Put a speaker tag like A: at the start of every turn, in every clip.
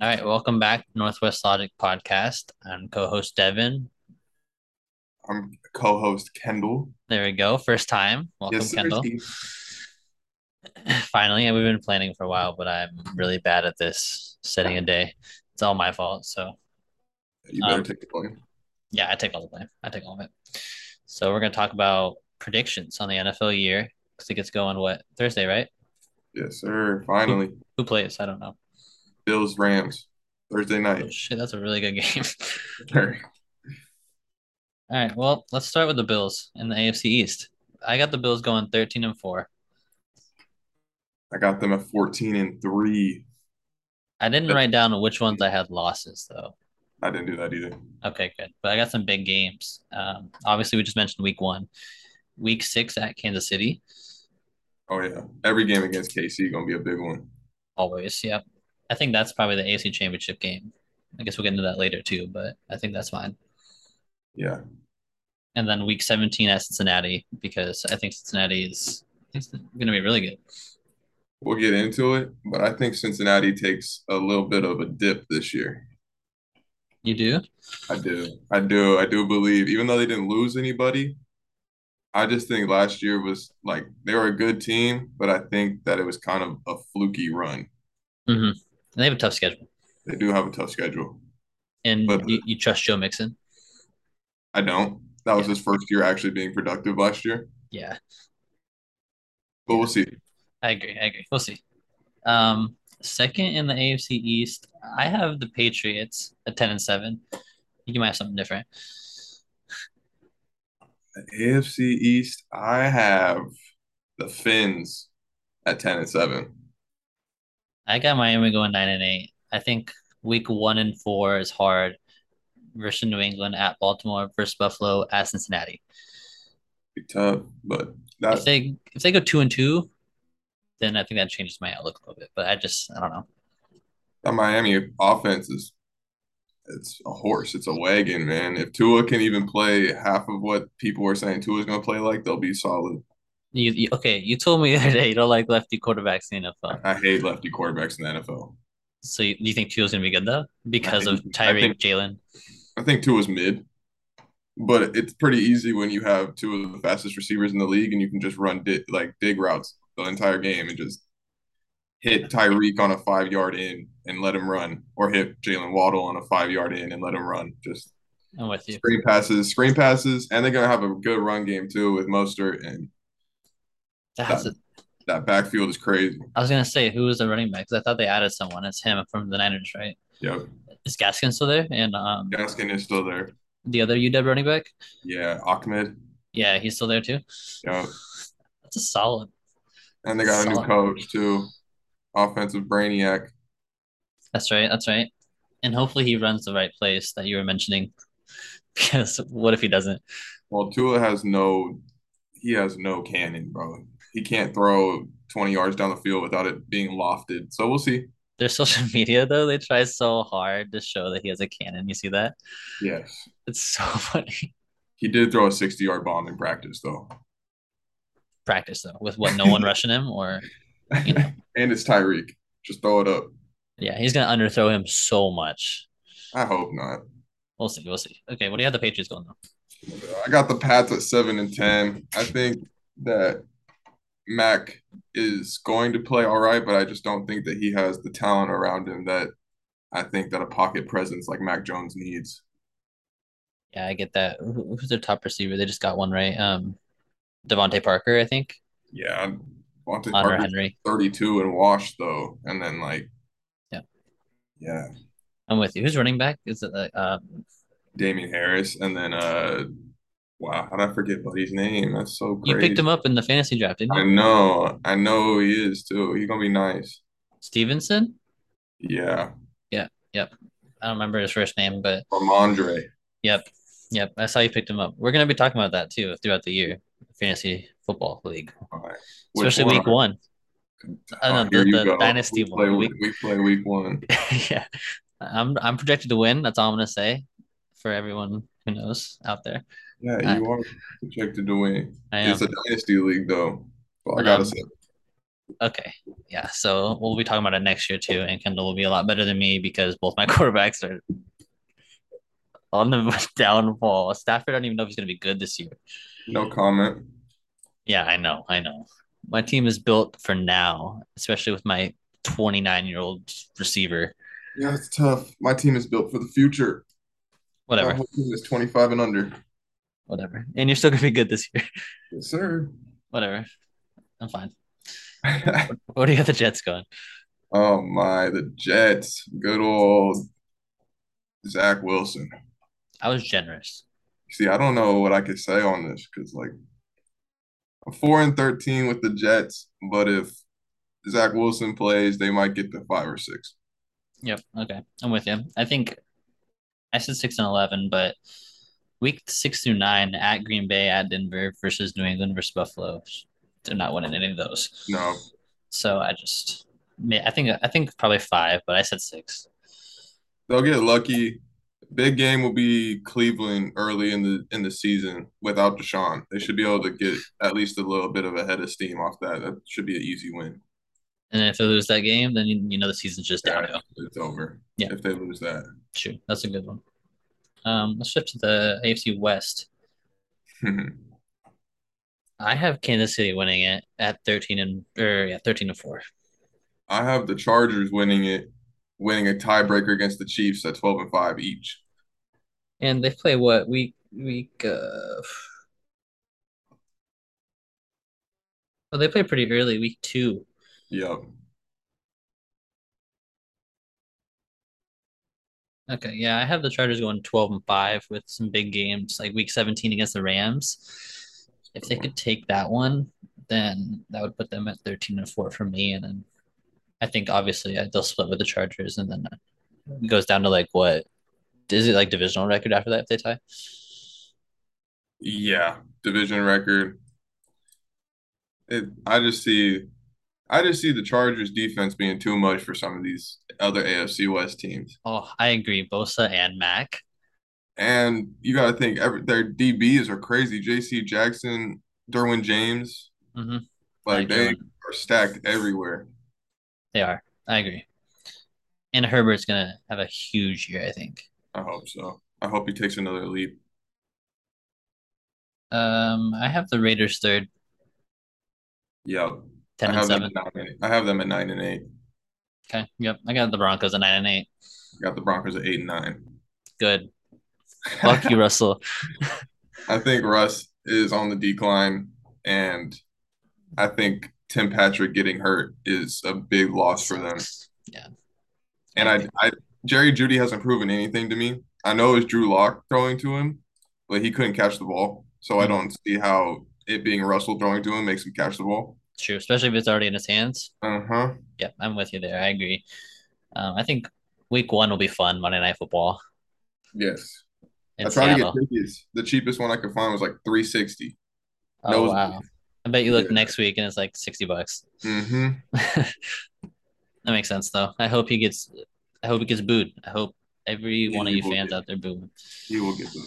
A: All right, welcome back Northwest Logic Podcast. I'm co-host Devin.
B: I'm co-host Kendall.
A: There we go. First time. Welcome,
B: Yes, sir,
A: Kendall.
B: Steve.
A: Finally, and we've been planning for a while, but I'm really bad at this setting a day. It's all my fault. So
B: You better
A: Um,
B: take the blame.
A: yeah, I take all the blame. I take all of it. So we're gonna talk about predictions on the NFL year because it gets going what Thursday, right?
B: Yes, sir. Finally,
A: Who plays? I don't know.
B: Bills Rams Thursday
A: Oh,
B: night.
A: shit, that's a really good game.
B: Sure.
A: all right, well, let's start with the Bills in the AFC East. I got the Bills going 13 and four.
B: I got them at 14 and three.
A: I didn't
B: Good.
A: write down which ones I had losses though.
B: I didn't do that either.
A: Okay, good. But I got some big games. Um, obviously, we just mentioned week one, week six at Kansas City.
B: Oh yeah, every game against KC gonna be a big one.
A: Always, yep. I think that's probably the AFC Championship game. I guess we'll get into that later too, but I think that's fine.
B: Yeah,
A: And then week 17 at Cincinnati because I think Cincinnati is going to be really good.
B: we'll get into it, but I think Cincinnati takes a little bit of a dip this year.
A: You do?
B: I do. I do. I do believe, even though they didn't lose anybody, I just think last year was like they were a good team, but I think that it was kind of a fluky run.
A: Mm-hmm. And they have a tough schedule.
B: They do have a tough schedule.
A: And
B: But-
A: you, you trust Joe Mixon?
B: I don't. That was
A: Yeah.
B: his first year actually being productive last year,
A: Yeah,
B: but we'll see.
A: I agree. I agree. We'll see. Um, second in the AFC East, I have the Patriots at 10 and 7. You might have something different.
B: The AFC East, I have the Finns at 10 and 7.
A: I got Miami going nine and eight. I think week one and four is hard versus New England at Baltimore versus Buffalo at Cincinnati.
B: Big tough, but
A: If
B: that
A: they if they go two and two, then I think that changes my outlook a little bit. But I just I don't know.
B: that Miami offense is it's a horse, it's a wagon, man. If Tua can even play half of what people were saying Tua's gonna play like, they'll be solid.
A: You, you okay? You told me the other day you don't like lefty quarterbacks in the NFL.
B: I hate lefty quarterbacks in the NFL.
A: So you, you think Tua's gonna be good though because of
B: think- I
A: Tyreek
B: think-
A: Jalen?
B: I think Tua's mid, but it's pretty easy when you have two of the fastest receivers in the league and you can just run di- like dig routes the entire game and just hit Tyreek on a five yard in and let him run, or hit Jalen Waddle on a five yard in and let him run. Just
A: I'm with you.
B: screen passes, screen passes, and they're gonna have a good run game too with Mostert and
A: That has a,
B: that backfield is crazy.
A: I was gonna say who was the running back because I thought they added someone. It's him from the Niners, right?
B: Yep,
A: Is Gaskin still there? And um,
B: Gaskin is still there.
A: the other UW running back?
B: Yeah, Ahmed.
A: Yeah, he's still there too.
B: Yeah,
A: That's a solid.
B: and they got a new
A: Solid.
B: coach too, offensive brainiac.
A: That's right. That's right. And hopefully he runs the right place that you were mentioning. Because what if he doesn't?
B: Well, Tua has no, he has no cannon, bro. He can't throw 20 yards down the field without it being lofted. So we'll see.
A: Their social media though, they try so hard to show that he has a cannon. You see that?
B: Yes.
A: It's so funny.
B: He did throw a 60 yard bomb in practice, though.
A: Practice though, with what no one rushing him or You know.
B: and it's Tyreek. Just throw it up.
A: yeah, he's gonna underthrow him so much.
B: I hope not.
A: We'll see. We'll see. Okay, what do you have the Patriots going though?
B: I got the Pats at 7 and 10. I think that Mac is going to play all right, but I just don't think that he has the talent around him that I think that a pocket presence like Mac Jones needs.
A: Yeah, I get that. Who- Who's their top receiver? They just got one right. Um, Devontae Parker, I think.
B: Yeah.
A: Hunter
B: Devontae Parker's
A: Henry.
B: 32 and wash though, and then like,
A: Yeah.
B: yeah,
A: I'm with you. Who's running back? Is it like um
B: Damien Harris, and then uh, wow, how did I forget buddy's name? That's so
A: You
B: crazy.
A: picked him up in the fantasy draft, didn't
B: I
A: you?
B: know, I know who he is too. He's gonna be nice.
A: Stevenson?
B: Yeah,
A: I don't remember his first name, but
B: Ramondre.
A: yep. Yep. I saw you picked him up. We're going to be talking about that too throughout the year, fantasy football league,
B: All right. Which
A: especially
B: one
A: week
B: are-
A: one.
B: Oh,
A: Oh, no,
B: here
A: the,
B: you
A: the
B: go.
A: dynasty
B: we play,
A: one.
B: week,
A: Week-
B: we play week one.
A: yeah. I'm, I'm projected to win. That's all I'm going to say for everyone who knows out there.
B: Yeah, you are projected to win.
A: I am.
B: It's a dynasty league though. Well, I
A: Um,
B: gotta say,
A: Okay. Yeah. So we'll be talking about it next year too. And Kendall will be a lot better than me because both my quarterbacks are on the downfall. Stafford, I don't even know if he's going to be good this year.
B: No comment.
A: Yeah, I know. I know. My team is built for now, especially with my 29 year old receiver.
B: Yeah, it's tough. My team is built for the future.
A: Whatever.
B: My whole team is 25 and under.
A: Whatever. And you're still going to be good this year.
B: Yes, sir.
A: Whatever. I'm fine. Where do you got the Jets going?
B: oh my, the Jets. Good old Zach Wilson.
A: I was generous.
B: See, I don't know what I could say on this because like a four and thirteen with the Jets, but if Zach Wilson plays, they might get to five or six.
A: Yep. Okay. I'm with you. I think I said six and eleven, but week six through nine at Green Bay, at Denver versus New England versus Buffalo, they're not winning any of those.
B: No.
A: So I just, I think, I think probably five, but I said six.
B: They'll get lucky. Big game will be Cleveland early in the in the season without Deshaun. They should be able to get at least a little bit of a head of steam off that. That should be an easy win.
A: And if they lose that game, then you, you know the season's just
B: Yeah.
A: downhill.
B: It's over.
A: Yeah.
B: If they lose that.
A: True. That's a good one. Um, let's shift to the AFC West. I have Kansas City winning it at thirteen and or yeah, thirteen to four.
B: I have the Chargers winning it, winning a tiebreaker against the Chiefs at twelve and five each.
A: And they play what week week uh well Oh, they play pretty early, week two.
B: Yep.
A: Okay, yeah, I have the Chargers going twelve and five with some big games like week seventeen against the Rams. If they could take that one, then that would put them at thirteen and four for me, and then I think obviously uh, they'll split with the Chargers, and then it goes down to like what is it like divisional record after that if they tie?
B: Yeah, division record. It, I just see, I just see the Chargers defense being too much for some of these other AFC West teams.
A: Oh, I agree, Bosa and Mac.
B: And you got to think every, their DBs are crazy. J.C. Jackson, Derwin James,
A: hmm
B: like
A: I
B: they
A: agree.
B: are stacked everywhere.
A: They are. I agree. And Herbert's gonna have a huge year, I think.
B: I hope so. I hope he takes another leap.
A: Um, I have the Raiders third,
B: Yeah,
A: ten
B: I
A: and
B: have them
A: seven.
B: at nine. and- I have them at nine and eight.
A: Okay. Yep. I got the Broncos at nine and eight.
B: Got the Broncos at eight and nine.
A: Good. Fuck you, Russell.
B: I think Russ is on the decline, and I think Tim Patrick getting hurt is a big loss for them.
A: Yeah.
B: And I, I Jerry Judy hasn't proven anything to me. I know it was Drew Lock throwing to him, but he couldn't catch the ball. So I don't see how it being Russell throwing to him makes him catch the ball.
A: True, especially if it's already in his hands.
B: Uh huh.
A: Yep, I'm with you there. I agree. Um, I think week one will be fun, Monday night football.
B: Yes.
A: In
B: I tried
A: Seattle.
B: to get tickets. The cheapest one I could find was like three sixty.
A: oh
B: those-
A: wow. I bet you look
B: Yeah.
A: next week and it's like sixty bucks.
B: Mm-hmm.
A: that makes sense though. I hope he gets I hope he gets booed. I hope every
B: Yeah,
A: one of
B: he
A: you
B: will
A: fans
B: get-
A: out there boo him.
B: He will get them.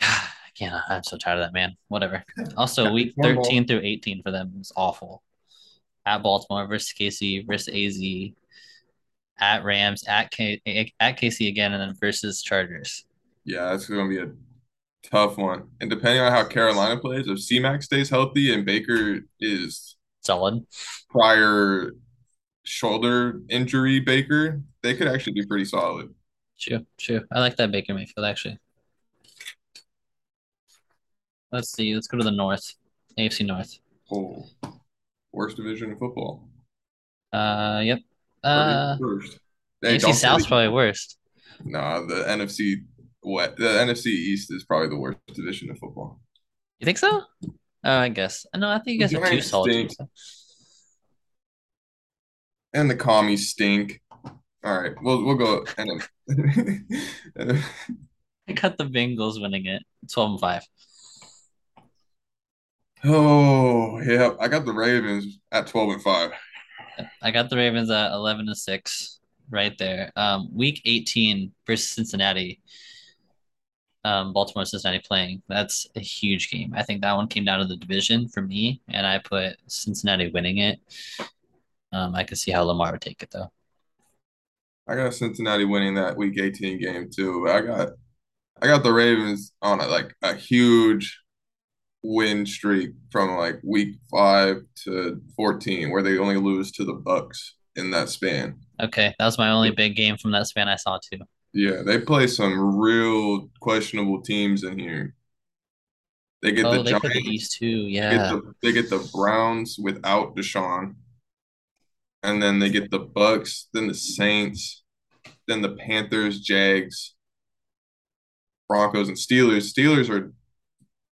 A: I can't. I'm so tired of that man. Whatever. Also,
B: Yeah,
A: week
B: one more.
A: 13 through 18 for them is awful. At Baltimore versus KC versus AZ, at Rams, at K at KC again, and then versus Chargers.
B: Yeah, it's going to be a tough one. And depending on how Carolina plays, if C-Mac stays healthy and Baker is
A: Solid.
B: prior shoulder injury Baker, they could actually be pretty solid.
A: True. True. I like that Baker Mayfield actually. Let's see. Let's go to the North, AFC North.
B: Oh, worst division in football.
A: Uh, yep. Uh,
B: First. Hey,
A: AFC
B: don't
A: South's
B: forget-
A: probably worst.
B: Nah, the NFC what the NFC East is probably the worst division in football.
A: You think so? Oh, I guess. No, I think you guys
B: The
A: are two
B: Giants
A: solid
B: stink.
A: teams. though.
B: And the commies stink. All right, we'll we'll go NFC.
A: I got the Bengals winning it 12 and 5.
B: Oh, yeah. I got the Ravens at 12 and 5.
A: I got the Ravens at 11 and 6 right there. Um, week 18 versus Cincinnati. um, Baltimore Cincinnati playing. That's a huge game. I think that one came down to the division for me, and I put Cincinnati winning it. Um, I could see how Lamar would take it though.
B: I got Cincinnati winning that Week 18 game too. I got I got the Ravens on a, like a huge win streak from like Week Five to 14, where they only lose to the Bucks in that span.
A: Okay, that was my only big game from that span I saw too.
B: Yeah, they play some real questionable teams in here. They get
A: oh,
B: the
A: they played the
B: Giants.
A: East too.
B: They get
A: Yeah,
B: the, they get the Browns without Deshaun, and then they get the Bucks, then the Saints, then the Panthers, Jags, Broncos, and Steelers. Steelers are,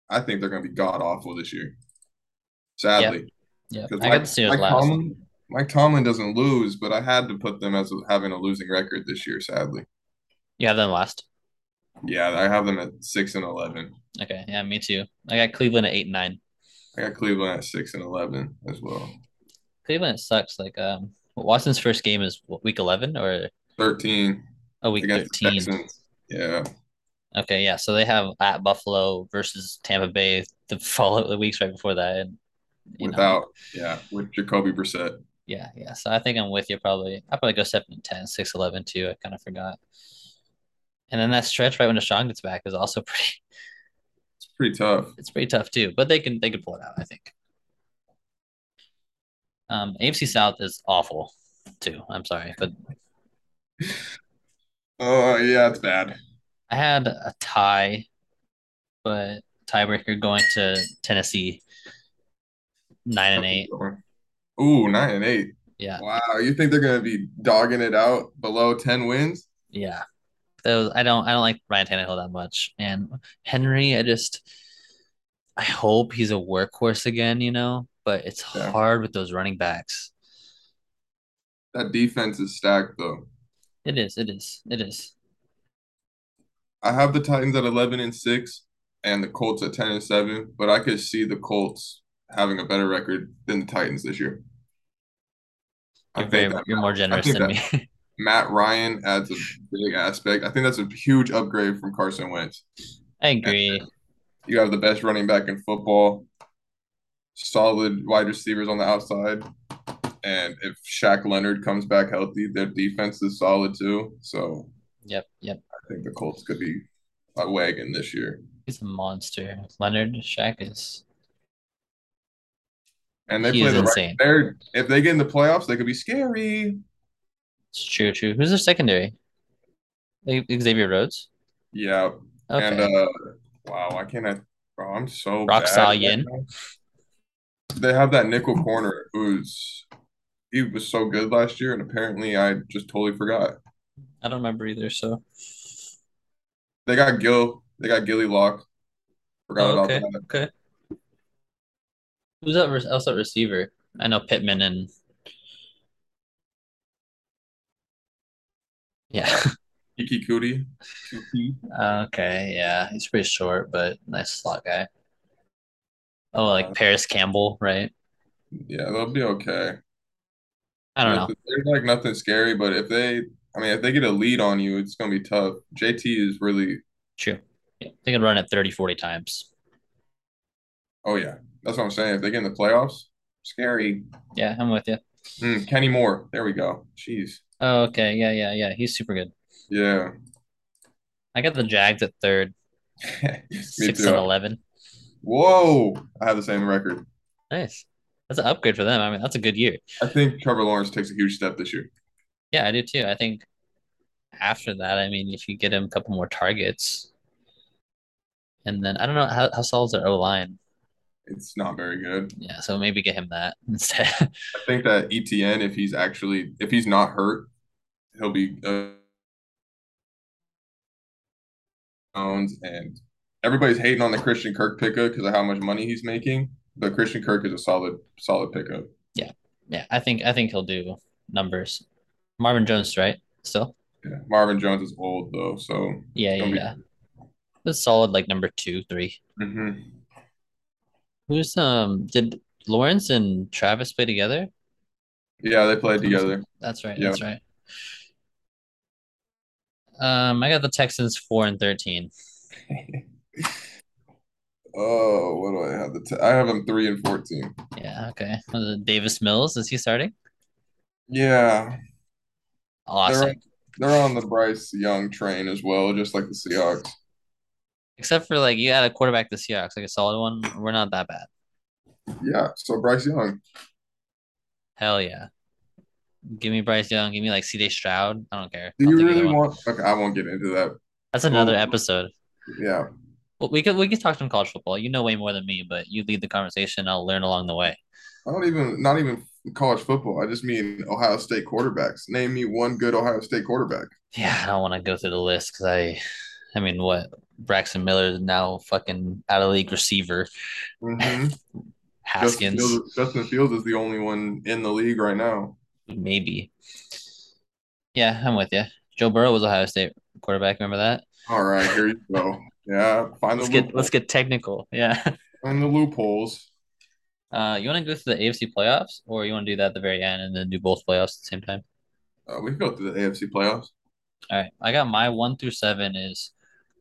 B: I think they're going to be god awful this year. Sadly,
A: yeah. I
B: 'Cause
A: got the Steelers
B: Mike
A: last.
B: Tomlin, Mike Tomlin doesn't lose, but I had to put them as having a losing record this year. Sadly,
A: Yeah, then last.
B: yeah, I have them at six and eleven.
A: Okay, yeah, me too. I got Cleveland at eight and nine.
B: I got Cleveland at six and eleven as well.
A: Cleveland sucks. Like, um, Watson's first game is what, week eleven or
B: Thirteen
A: a week
B: against the
A: thirteen.
B: Texans. Yeah,
A: Okay, yeah. So they have at Buffalo versus Tampa Bay the follow the weeks right before that, and you know,
B: without yeah with Jacoby Brissett.
A: yeah, yeah. So I think I'm with you probably. I probably go seven and 10, 6, 11 too. I kind of forgot. And then that stretch right when Deshaun gets back is also pretty.
B: It's pretty tough.
A: It's pretty tough too, but they can they can pull it out. I think. Um, AFC South is awful too. I'm sorry, but
B: Oh yeah, it's bad.
A: I had a tie, but tiebreaker going to Tennessee, nine and eight.
B: Ooh, nine and eight.
A: Yeah,
B: Wow, you think they're gonna be dogging it out below ten wins?
A: yeah. Those I don't I don't like Ryan Tannehill that much, and Henry. I just I hope he's a workhorse again, you know. But it's
B: Yeah.
A: hard with those running backs.
B: That defense is stacked though.
A: It is. It is. It is.
B: I have the Titans at eleven and six, and the Colts at ten and seven. But I could see the Colts having a better record than the Titans this year. I
A: You're
B: think
A: very,
B: that-
A: you're more generous
B: think
A: than me.
B: Matt Ryan adds a big aspect. I think that's a huge upgrade from Carson Wentz.
A: I agree.
B: You have the best running back in football, solid wide receivers on the outside, and if Shaq Leonard comes back healthy, their defense is solid too. So
A: Yep. Yep.
B: I think the Colts could be a wagon this year.
A: He's a monster. Leonard Shaq is
B: And they
A: He
B: play
A: is
B: the
A: insane.
B: right there. If they get in the playoffs, they could be scary.
A: it's true. True. Who's their secondary? Like Xavier Rhodes.
B: Yeah.
A: Okay.
B: And uh wow, why can't I bro, I'm so
A: Rock
B: bad.
A: solid yin.
B: They have that nickel corner who's he was so good last year, and apparently I just totally forgot.
A: I don't remember either. So
B: They got Gil. They got Gilly Lock. Forgot
A: Oh,
B: about
A: okay.
B: that.
A: Okay. Who's that re- else at receiver? I know Pittman and yeah.
B: Kiki Cootie.
A: okay, yeah, he's pretty short, but nice slot guy. Oh,
B: Uh,
A: like Paris Campbell, right?
B: Yeah, they'll be okay.
A: I don't know.
B: There's like nothing scary, but if they, I mean, if they get a lead on you, it's gonna be tough. JT is really.
A: True. Yeah, they can run it 30, 40 times.
B: Oh yeah, that's what I'm saying. If they get in the playoffs, scary.
A: Yeah, I'm with you.
B: Hmm, Kenny Moore. There we go. Jeez.
A: Oh, okay. Yeah, yeah, yeah. He's super good.
B: Yeah.
A: I got the Jags at third, six
B: too.
A: and eleven.
B: Whoa! I have the same record.
A: Nice. That's an upgrade for them. I mean, that's a good year.
B: I think Trevor Lawrence takes a huge step this year.
A: Yeah, I do too. I think after that, I mean, if you get him a couple more targets, and then I don't know how, how solid's their O line.
B: It's not very good.
A: Yeah, so maybe get him that instead.
B: I think that ETN, if he's actually, if he's not hurt, he'll be uh, owns and everybody's hating on the Christian Kirk pickup because of how much money he's making. But Christian Kirk is a solid, solid pickup.
A: yeah, I think I think he'll do numbers. Marvin Jones, right? Still,
B: Yeah. Marvin Jones is old though, so
A: yeah, yeah,
B: Don't be-
A: yeah. That's solid, like number two, three. Mm-hmm.
B: Mhm.
A: Who's um? Did Lawrence and Travis play together?
B: yeah, they played together.
A: That's right.
B: Yeah.
A: That's right. Um, I got the Texans four and thirteen.
B: oh, what do I have? The t- I have them three and fourteen.
A: Yeah. Okay. Was it Davis Mills is he starting?
B: Yeah,
A: Awesome.
B: they're they're on the Bryce Young train as well, just like the Seahawks.
A: Except for like you had a quarterback the Seahawks, like a solid one. We're not that bad.
B: Yeah, so Bryce Young.
A: Hell yeah. Give me Bryce Young. Give me like C.J. Stroud. I don't care.
B: Do
A: I'll
B: you
A: take
B: really
A: either one.
B: want? Okay, I won't get into that.
A: That's another
B: Well-
A: episode.
B: Yeah,
A: Well, we could we could talk some college football. You know way more than me, but you lead the conversation. I'll learn along the way.
B: I don't even not even college football. I just mean Ohio State quarterbacks. Name me one good Ohio State quarterback.
A: Yeah, I don't want to go through the list because I, I mean, what Braxton Miller is now fucking out of league receiver.
B: Mhm. Justin,
A: Haskins,
B: Fields, Justin Fields is the only one in the league right now.
A: maybe. Yeah, I'm with you. Joe Burrow was Ohio State quarterback. Remember that?
B: All right, here you go. Yeah, find the
A: Let's get
B: loophole-
A: let's get technical. Yeah.
B: find the loopholes.
A: Uh, you want to go through the AFC playoffs, or you want to do that at the very end and then do both playoffs at the same time?
B: Uh, we can go through the AFC playoffs.
A: All right, I got my one through seven is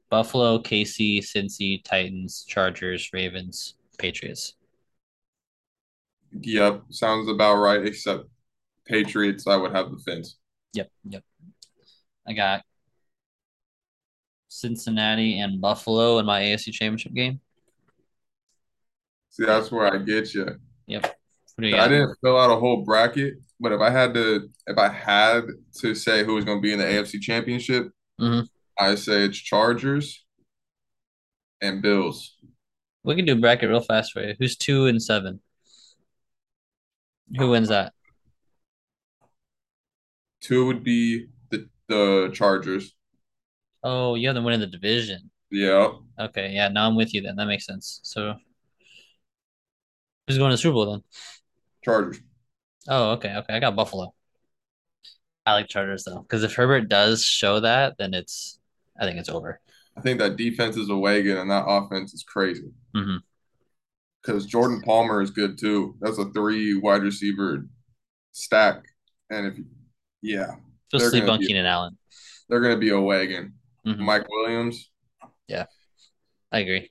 A: Buffalo, KC, Cincy, Titans, Chargers, Ravens, Patriots.
B: Yep, sounds about right. Except Patriots, I would have the fence.
A: Yep, yep. I got Cincinnati and Buffalo in my AFC Championship game.
B: See, that's where I get you.
A: What do you
B: I
A: got?
B: didn't fill out a whole bracket, but if I had to, if I had to say who was going to be in the AFC Championship,
A: Mhm.
B: I say it's Chargers and Bills.
A: We can do bracket real fast for you. Who's two and seven? Who wins that?
B: Two would be the the Chargers.
A: Oh, you have them winning the division.
B: Yeah,
A: Okay, yeah, now I'm with you then. That makes sense. So who's going to the Super Bowl then?
B: Chargers.
A: Oh, okay, okay. I got Buffalo. I like Chargers though, because if Herbert does show that, then it's I think it's over.
B: I think that defense is a wagon and that offense is crazy.
A: Mhm.
B: Because Jordan Palmer is good too. That's a three wide receiver stack, and if yeah,
A: Just
B: They're
A: sleep
B: gonna
A: on
B: be-
A: Keenan Allen.
B: they're going to be a wagon.
A: Mhm.
B: Mike Williams.
A: I agree.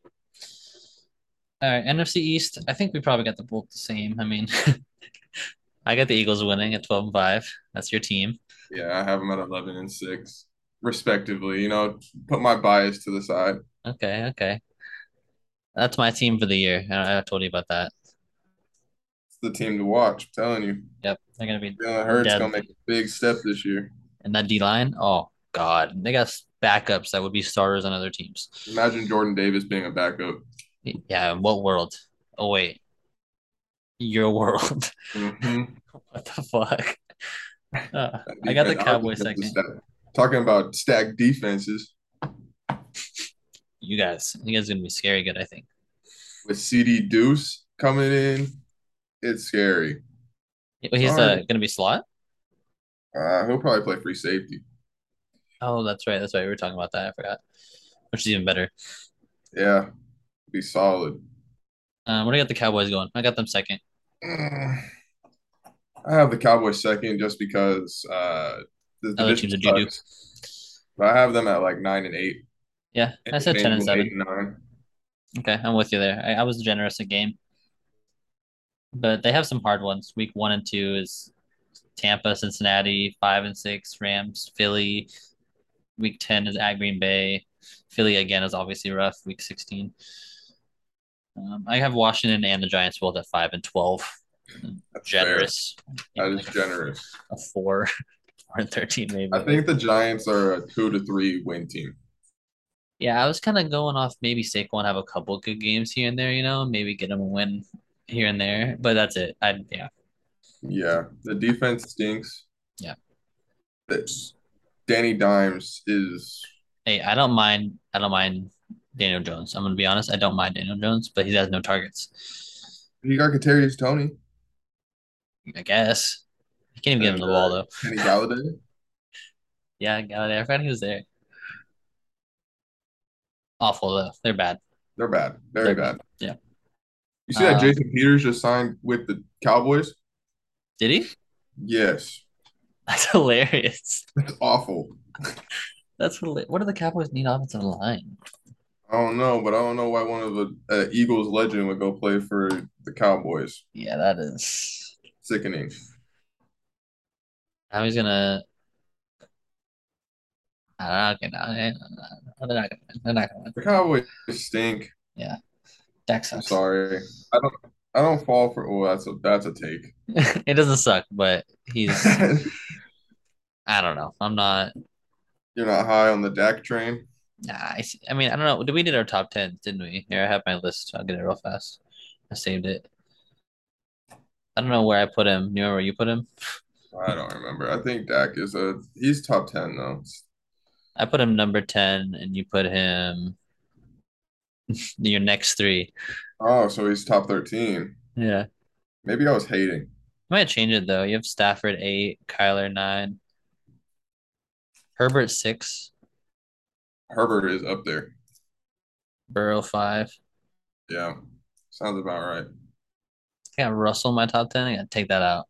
A: All right, NFC East. I think we probably got the both the same. I mean, I got the Eagles winning at twelve and five. That's your team.
B: Yeah, I have them at 11 and 6, respectively. You know, put my bias to the side.
A: Okay, okay. That's my team for the year. I, I told you about that.
B: It's the team to watch. I'm telling you.
A: Yep, they're gonna be
B: Jalen Hurts
A: Yeah.
B: going to make a big step this year.
A: and that D line. Oh God, they got backups that would be starters on other teams.
B: Imagine Jordan Davis being a backup.
A: Yeah, in what world? Oh wait, your world.
B: Mhm.
A: what the fuck? Uh, I got the
B: Defense-
A: Cowboys
B: offense is
A: second.
B: stacked. Talking about stacked defenses
A: You guys, you guys are gonna be scary good. I think.
B: with CD Deuce coming in, it's scary.
A: He's uh,
B: Sorry.
A: gonna be slot.
B: Uh, he'll probably play free safety.
A: Oh, that's right. That's right. We were talking about that. I forgot, which is even better.
B: Yeah, be solid.
A: Um, what do I got the Cowboys going? I got them second.
B: Mm. I have the Cowboys second just because uh, the
A: Other
B: division
A: teams are doo doo.
B: sucks. But I have them at like nine and eight.
A: Yeah, I said ten and
B: Interchangeable
A: seven.
B: eight nine.
A: Okay, I'm with you there. I, I was generous in game, but they have some hard ones. Week one and two is Tampa, Cincinnati, five and six, Rams, Philly. Week ten is at Green Bay. Philly again is obviously rough. Week sixteen. Um, I have Washington and the Giants both at five and twelve.
B: That's fair.
A: Generous.
B: That is generous.
A: a four or thirteen maybe.
B: I think the Giants are a two to three win team.
A: yeah, I was kind of going off maybe Saquon have a couple good games here and there, you know, maybe get him a win here and there, but that's it. I yeah.
B: Yeah, the defense stinks.
A: Yeah.
B: It's- Danny Dimes is
A: Hey, I don't mind. I don't mind Daniel Jones. I'm gonna be honest. I don't mind Daniel Jones, but he has no targets.
B: he got Kadarius Tony,
A: I guess you can't even get him the ball though.
B: Kenny Galladay.
A: Yeah, Galladay. I forgot he was there. Awful though. They're bad.
B: They're bad, very
A: They're
B: bad.
A: yeah.
B: You see that
A: Uh,
B: Jason Peters just signed with the Cowboys?
A: Did he?
B: Yes,
A: That's hilarious.
B: it's awful.
A: That's hilarious. what do the Cowboys need offensive line?
B: I don't know, but I don't know why one of the uh, Eagles legend would go play for the Cowboys.
A: Yeah, that is.
B: Sickening.
A: Now he's gonna. I don't know. Okay, no, they're not gonna. They're not gonna.
B: The Cowboys stink.
A: Dak
B: I'm
A: sucks.
B: sorry. I don't. I don't fall for. Oh, that's a that's a take.
A: it doesn't suck, but he's. I don't know. I'm not.
B: You're not high on the Dak train.
A: Nah, I, s- I mean, I don't know. Did we did our top ten? Didn't we? Here, I have my list. I'll get it real fast. I saved it. I don't know where I put him. You know where you put him?
B: I don't remember. I think Dak is a. He's top ten though.
A: I put him number ten, and you put him. your next three.
B: Oh, so he's top thirteen.
A: Yeah.
B: Maybe I was hating.
A: I might change it though. You have Stafford eight, Kyler nine, Herbert six,
B: Herbert is up there.
A: Burrow five.
B: Yeah, sounds about right.
A: I got Russell in my top ten. I gotta take that out.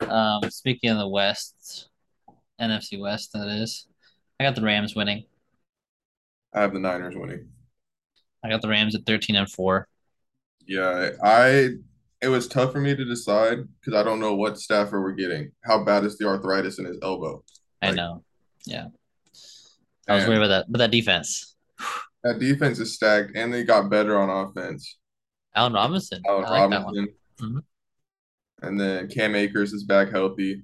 A: Um, speaking of the West, NFC West, that is. I got the Rams winning.
B: I have the Niners winning.
A: I got the Rams at thirteen and four.
B: Yeah, I. It was tough for me to decide because I don't know what Stafford we're getting. How bad is the arthritis in his elbow?
A: I
B: Right.
A: know. Yeah, I was
B: And
A: worried about that, but that defense.
B: that defense is stacked, and they got better on offense.
A: Allen Robinson.
B: Allen
A: I like that one.
B: Oh, Robinson,
A: Mhm.
B: and then Cam Akers is back healthy.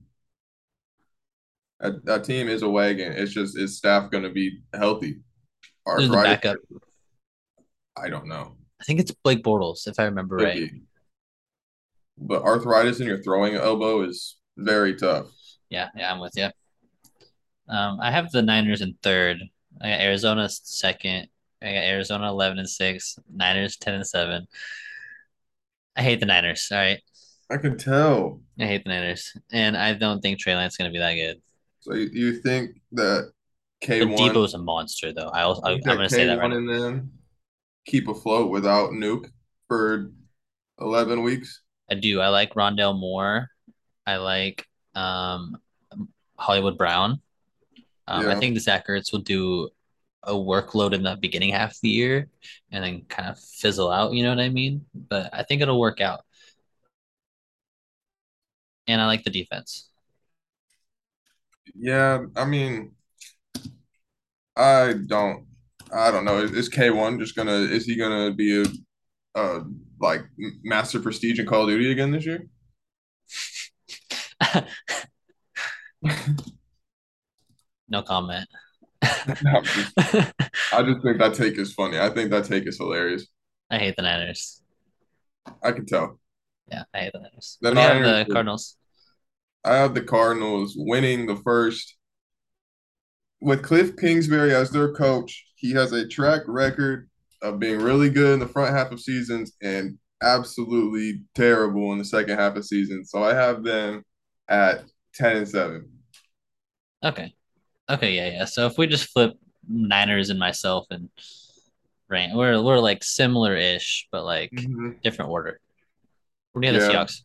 B: That, that team is a wagon. It's just is staff going to be healthy?
A: Who's the
B: Arthritis-
A: backup?
B: I don't know.
A: I think it's Blake Bortles, if I remember
B: Could
A: right.
B: be. But arthritis in your throwing elbow is very tough.
A: Yeah, yeah, I'm with you. Um, I have the Niners in third. I got Arizona second. I got Arizona eleven and six. Niners ten and seven. I hate the Niners. All right,
B: I can tell.
A: I hate the Niners, and I don't think Trey Lance is gonna be that good.
B: So you, you think that K
A: But
B: one
A: Debo's a monster, though. I'll, I'll, I'm gonna say that right now.
B: and then keep afloat without Nuke for eleven weeks.
A: I do. I like Rondell Moore. I like um, Hollywood Brown. Um, I
B: Yeah.
A: think Zach Ertz will do a workload in the beginning half of the year and then kind of fizzle out. You know what I mean? But I think it'll work out. And I like the defense.
B: Yeah, I mean, I don't, I don't know. Is, is K one just gonna? Is he gonna be a, uh, like m- master prestige in Call of Duty again this year?
A: no comment.
B: No, I'm just- I just think that take is funny. I think that take is hilarious.
A: I hate the Niners.
B: I can tell.
A: Yeah, I hate the Niners.
B: The
A: What do you have
B: Niners-
A: the Cardinals.
B: I have the Cardinals winning the first. With Cliff Kingsbury as their coach, he has a track record of being really good in the front half of seasons and absolutely terrible in the second half of seasons. So I have them at 10 and 7.
A: Okay. Okay, yeah, yeah. So if we just flip Niners and myself and rank, we're we're like similar ish, but like
B: Mm-hmm.
A: different order. What do you have the
B: Yeah.
A: Seahawks?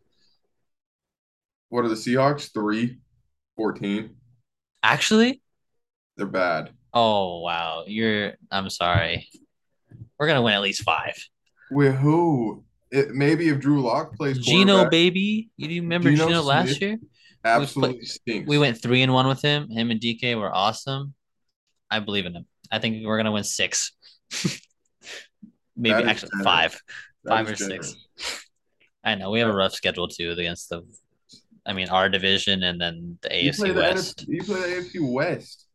B: What are the Seahawks? 3 14.
A: Actually?
B: They're bad.
A: Oh wow. You're I'm sorry. We're gonna win at least five.
B: With who? It, maybe if Drew Lock plays
A: Gino
B: quarterback,
A: baby. You do remember
B: Geno
A: Gino, last
B: Smith.
A: year?
B: absolutely stinks.
A: We went three and one with him. Him and DK were awesome. I believe in him. I think we're gonna win six. Maybe
B: That is
A: actually
B: generous.
A: five.
B: That
A: five
B: is
A: or
B: generous.
A: six. I know we have a rough schedule too against the, I mean our division and then the
B: You play
A: AFC
B: the
A: West.
B: NFC you play the AFC West.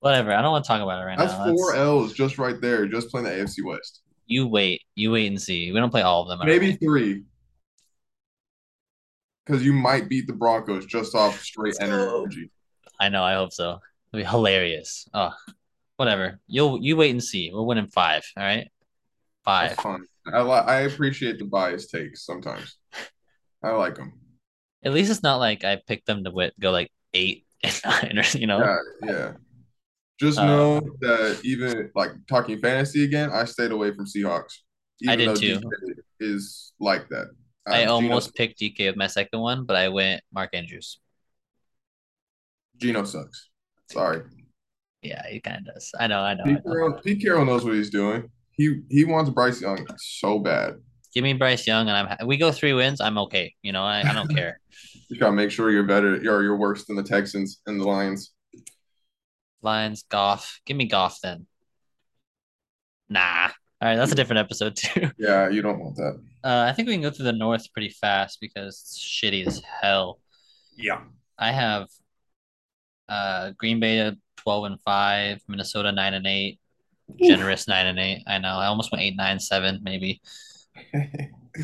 A: Whatever. I don't want to talk about it right
B: That's
A: now.
B: four
A: That's-
B: L's just right there, just playing the AFC West.
A: you wait. You wait and see. We don't play all of them.
B: Maybe
A: alright?
B: three. Because you might beat the Broncos just off straight energy.
A: I know. I hope so. It'll be hilarious. Oh, whatever. You'll you wait and see. We're winning five. All right. Five.
B: That's fun. I li- I appreciate the bias takes sometimes. I like them.
A: At least it's not like I picked them to wit, go like eight and nine or you know.
B: Yeah, yeah. Just
A: Uh,
B: know that even like talking fantasy again, I stayed away from Seahawks.
A: I
B: Even
A: did
B: though
A: too.
B: DK is like that.
A: I
B: Uh,
A: almost picked DK with my second one, but I went Mark Andrews.
B: Geno, Geno sucks. Sorry.
A: Yeah, he kind of does. I know, I know. I
B: Pete
A: know.
B: Carroll, Pete Carroll knows what he's doing. He he wants Bryce Young so bad.
A: Give me Bryce Young, and I'm. ha- We go three wins. I'm okay. You know, I, I don't care.
B: You gotta make sure you're better or you're worse than the Texans and the Lions.
A: Lions, Goff. Give me Goff then. Nah. All right, that's a different episode too.
B: Yeah, you don't want that.
A: Uh, I think we can go through the North pretty fast because it's shitty as hell.
B: Yeah.
A: I have uh Green Bay at twelve and five, Minnesota nine and eight, generous nine and eight. I know. I almost went eight, nine, seven, maybe.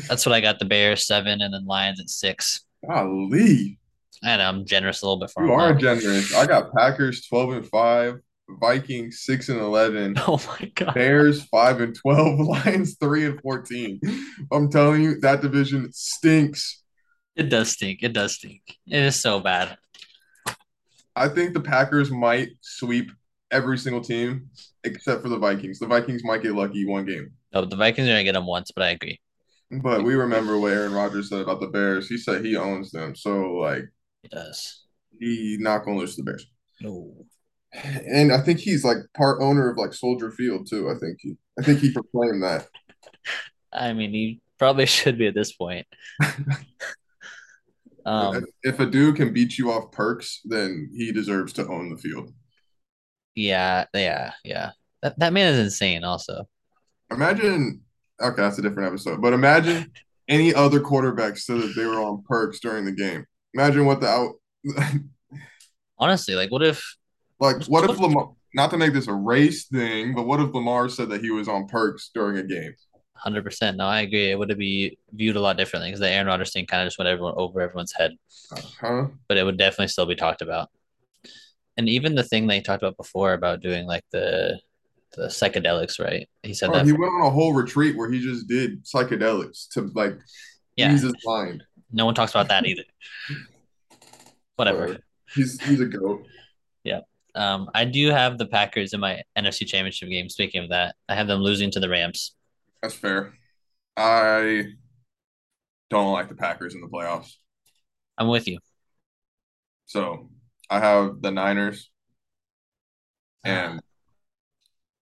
A: That's what I got. The Bears seven, and then Lions at six.
B: Golly.
A: I know I'm generous a little bit for
B: You
A: them,
B: are
A: huh?
B: generous. I got Packers 12 and 5, Vikings 6 and 11,
A: Oh my god.
B: Bears 5 and 12, Lions 3 and 14. I'm telling you, that division stinks.
A: It does stink. It does stink. It is so bad.
B: I think the Packers might sweep every single team except for the Vikings. The Vikings might get lucky one game.
A: No, the Vikings are gonna get them once, but I agree.
B: But we remember what Aaron Rodgers said about the Bears. He said he owns them. So like
A: It does.
B: he not gonna lose to the Bears.
A: No.
B: And I think he's like part owner of like Soldier Field too. I think he I think he proclaimed that.
A: I mean, he probably should be at this point. um.
B: if a dude can beat you off perks, then he deserves to own the field.
A: Yeah. Yeah. Yeah. That that man is insane. Also.
B: Imagine okay, that's a different episode, but imagine any other quarterback said that they were on perks during the game. Imagine what the out
A: Honestly, like, what if
B: Like, what if Lamar, not to make this a race thing, but what if Lamar said that he was on perks during a game?
A: Hundred percent. No, I agree. It would have be viewed a lot differently because the Aaron Rodgers thing kind of just went everyone over everyone's head,
B: Huh?
A: but it would definitely still be talked about. And even the thing they talked about before about doing like the the psychedelics, right? He said
B: Oh,
A: that.
B: he went on a whole retreat where he just did psychedelics to like
A: yeah,
B: ease his mind.
A: no one talks about that either. Whatever.
B: He's he's a goat.
A: Um, I do have the Packers in my NFC Championship game. Speaking of that, I have them losing to the Rams.
B: That's fair. I don't like the Packers in the playoffs,
A: I'm with you.
B: so I have the Niners
A: Ah.
B: and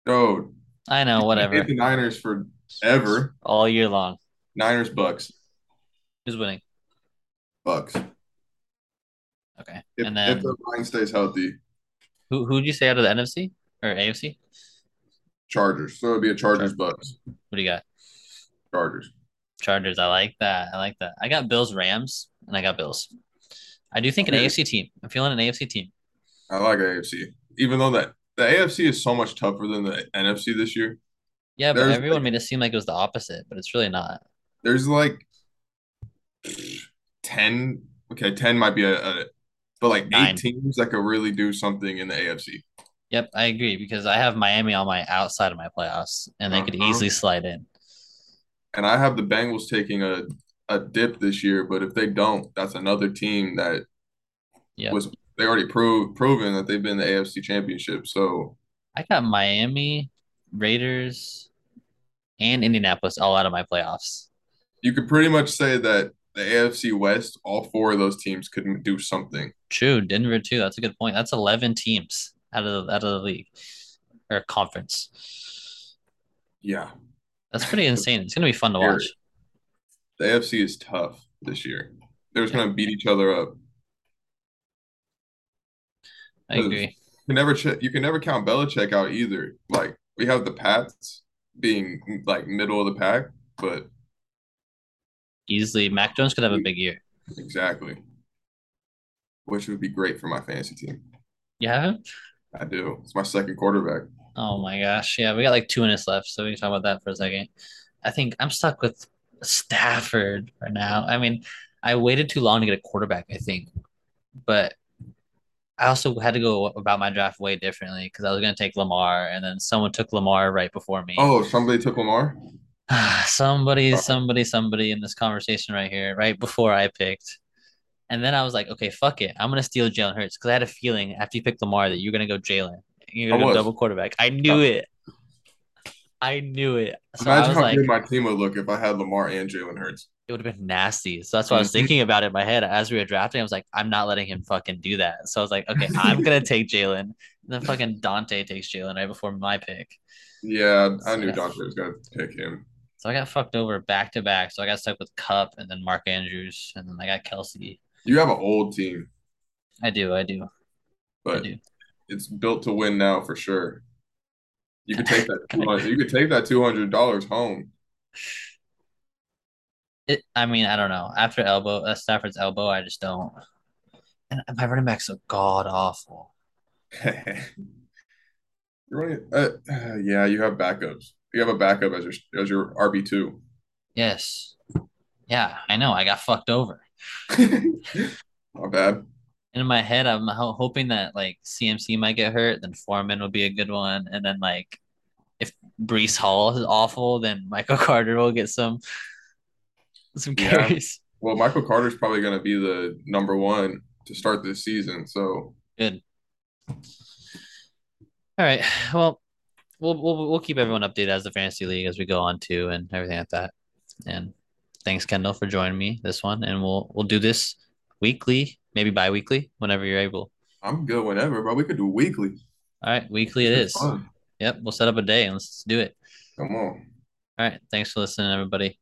B: oh,
A: I know, whatever,
B: the Niners forever.
A: all year long.
B: Niners Bucks
A: Who's winning?
B: Bucks.
A: Okay.
B: If,
A: and then
B: if the line stays healthy,
A: who who would you say out of the NFC or AFC?
B: Chargers. So it'd be a Chargers Bucks.
A: What do you got?
B: Chargers.
A: Chargers. I like that. I like that. I got Bills, Rams, and I got Bills. I do think an
B: Okay.
A: AFC team. I'm feeling an AFC team.
B: I like AFC. Even though that the AFC is so much tougher than the NFC this year.
A: Yeah, but
B: There's-
A: everyone made it seem like it was the opposite, but it's really not.
B: There's like ten okay, ten might be a, a but like
A: Nine.
B: eight teams that could really do something in the AFC.
A: Yep, I agree because I have Miami on my outside of my playoffs, and they could
B: Uh-huh.
A: easily slide in.
B: And I have the Bengals taking a, a dip this year, but if they don't, that's another team that
A: Yeah.
B: was they already proved proven that they've been in the AFC championship. So
A: I got Miami, Raiders, and Indianapolis all out of my playoffs.
B: you could pretty much say that the AFC West, all four of those teams could do something.
A: True, Denver too. That's a good point. That's 11 teams out of out of the league or conference.
B: Yeah.
A: That's pretty insane. It's gonna be fun to
B: Very.
A: watch.
B: The AFC is tough this year. They're just gonna beat each other up.
A: I agree.
B: You can never ch- you can never count Belichick out either. Like we have the Pats being like middle of the pack, but
A: Easily, Mac Jones could have a big year.
B: exactly, which would be great for my fantasy team.
A: You have him?
B: I do. It's my second quarterback.
A: Oh my gosh. Yeah, we got like two minutes left, so we can talk about that for a second. I think I'm stuck with Stafford for now. I mean, I waited too long to get a quarterback, I think. But I also had to go about my draft way differently because I was going to take Lamar, and then someone took Lamar right before me.
B: Oh, somebody took Lamar.
A: somebody,
B: Sorry.
A: somebody, somebody in this conversation right here, right before I picked. And then I was like, okay, fuck it. I'm gonna steal Jalen Hurts because I had a feeling after you picked Lamar that you're gonna go Jalen. You're
B: I
A: gonna go
B: was.
A: double quarterback. I knew it. I knew it. So I
B: Imagine
A: was
B: how
A: like,
B: good my team would look if I had Lamar and Jalen Hurts.
A: it would have been nasty. So that's what I was
B: Mhm.
A: thinking about in my head as we were drafting. I was like, I'm not letting him fucking do that. So I was like, okay, I'm gonna take Jalen. Then fucking Dante takes Jalen right before my pick.
B: Yeah, I knew
A: Yeah.
B: Dante was gonna pick him.
A: So I got fucked over back to back. So I got stuck with Cup and then Mark Andrews and then I got Kelsey.
B: You have an old team,
A: I do, I do, I
B: but
A: do.
B: it's built to win now for sure. You could take that. 200 you could take that two hundred dollars home.
A: It, I mean, I don't know. After elbow, uh, Stafford's elbow, I just don't. And my running back's so god awful.
B: You're running, uh, uh, yeah, you have backups. You have a backup as your as your RB two.
A: Yes. Yeah, I know. I got fucked over.
B: Not bad.
A: In my head, I'm ho- hoping that like CMC might get hurt, then Foreman will be a good one, and then like if Brees Hall is awful, then Michael Carter will get some some
B: Yeah.
A: carries.
B: Well, Michael Carter's probably gonna be the number one to start this season. So
A: Good. All right. Well, we'll we'll we'll keep everyone updated as the fantasy league as we go on to and everything like that. And thanks, Kendall, for joining me this one. And we'll we'll do this weekly, maybe bi-weekly, whenever you're able.
B: I'm good whenever, bro. We could do weekly.
A: All right, weekly it is.
B: Fun.
A: Yep, we'll set up a day and let's do it.
B: Come on.
A: All right, thanks for listening, everybody.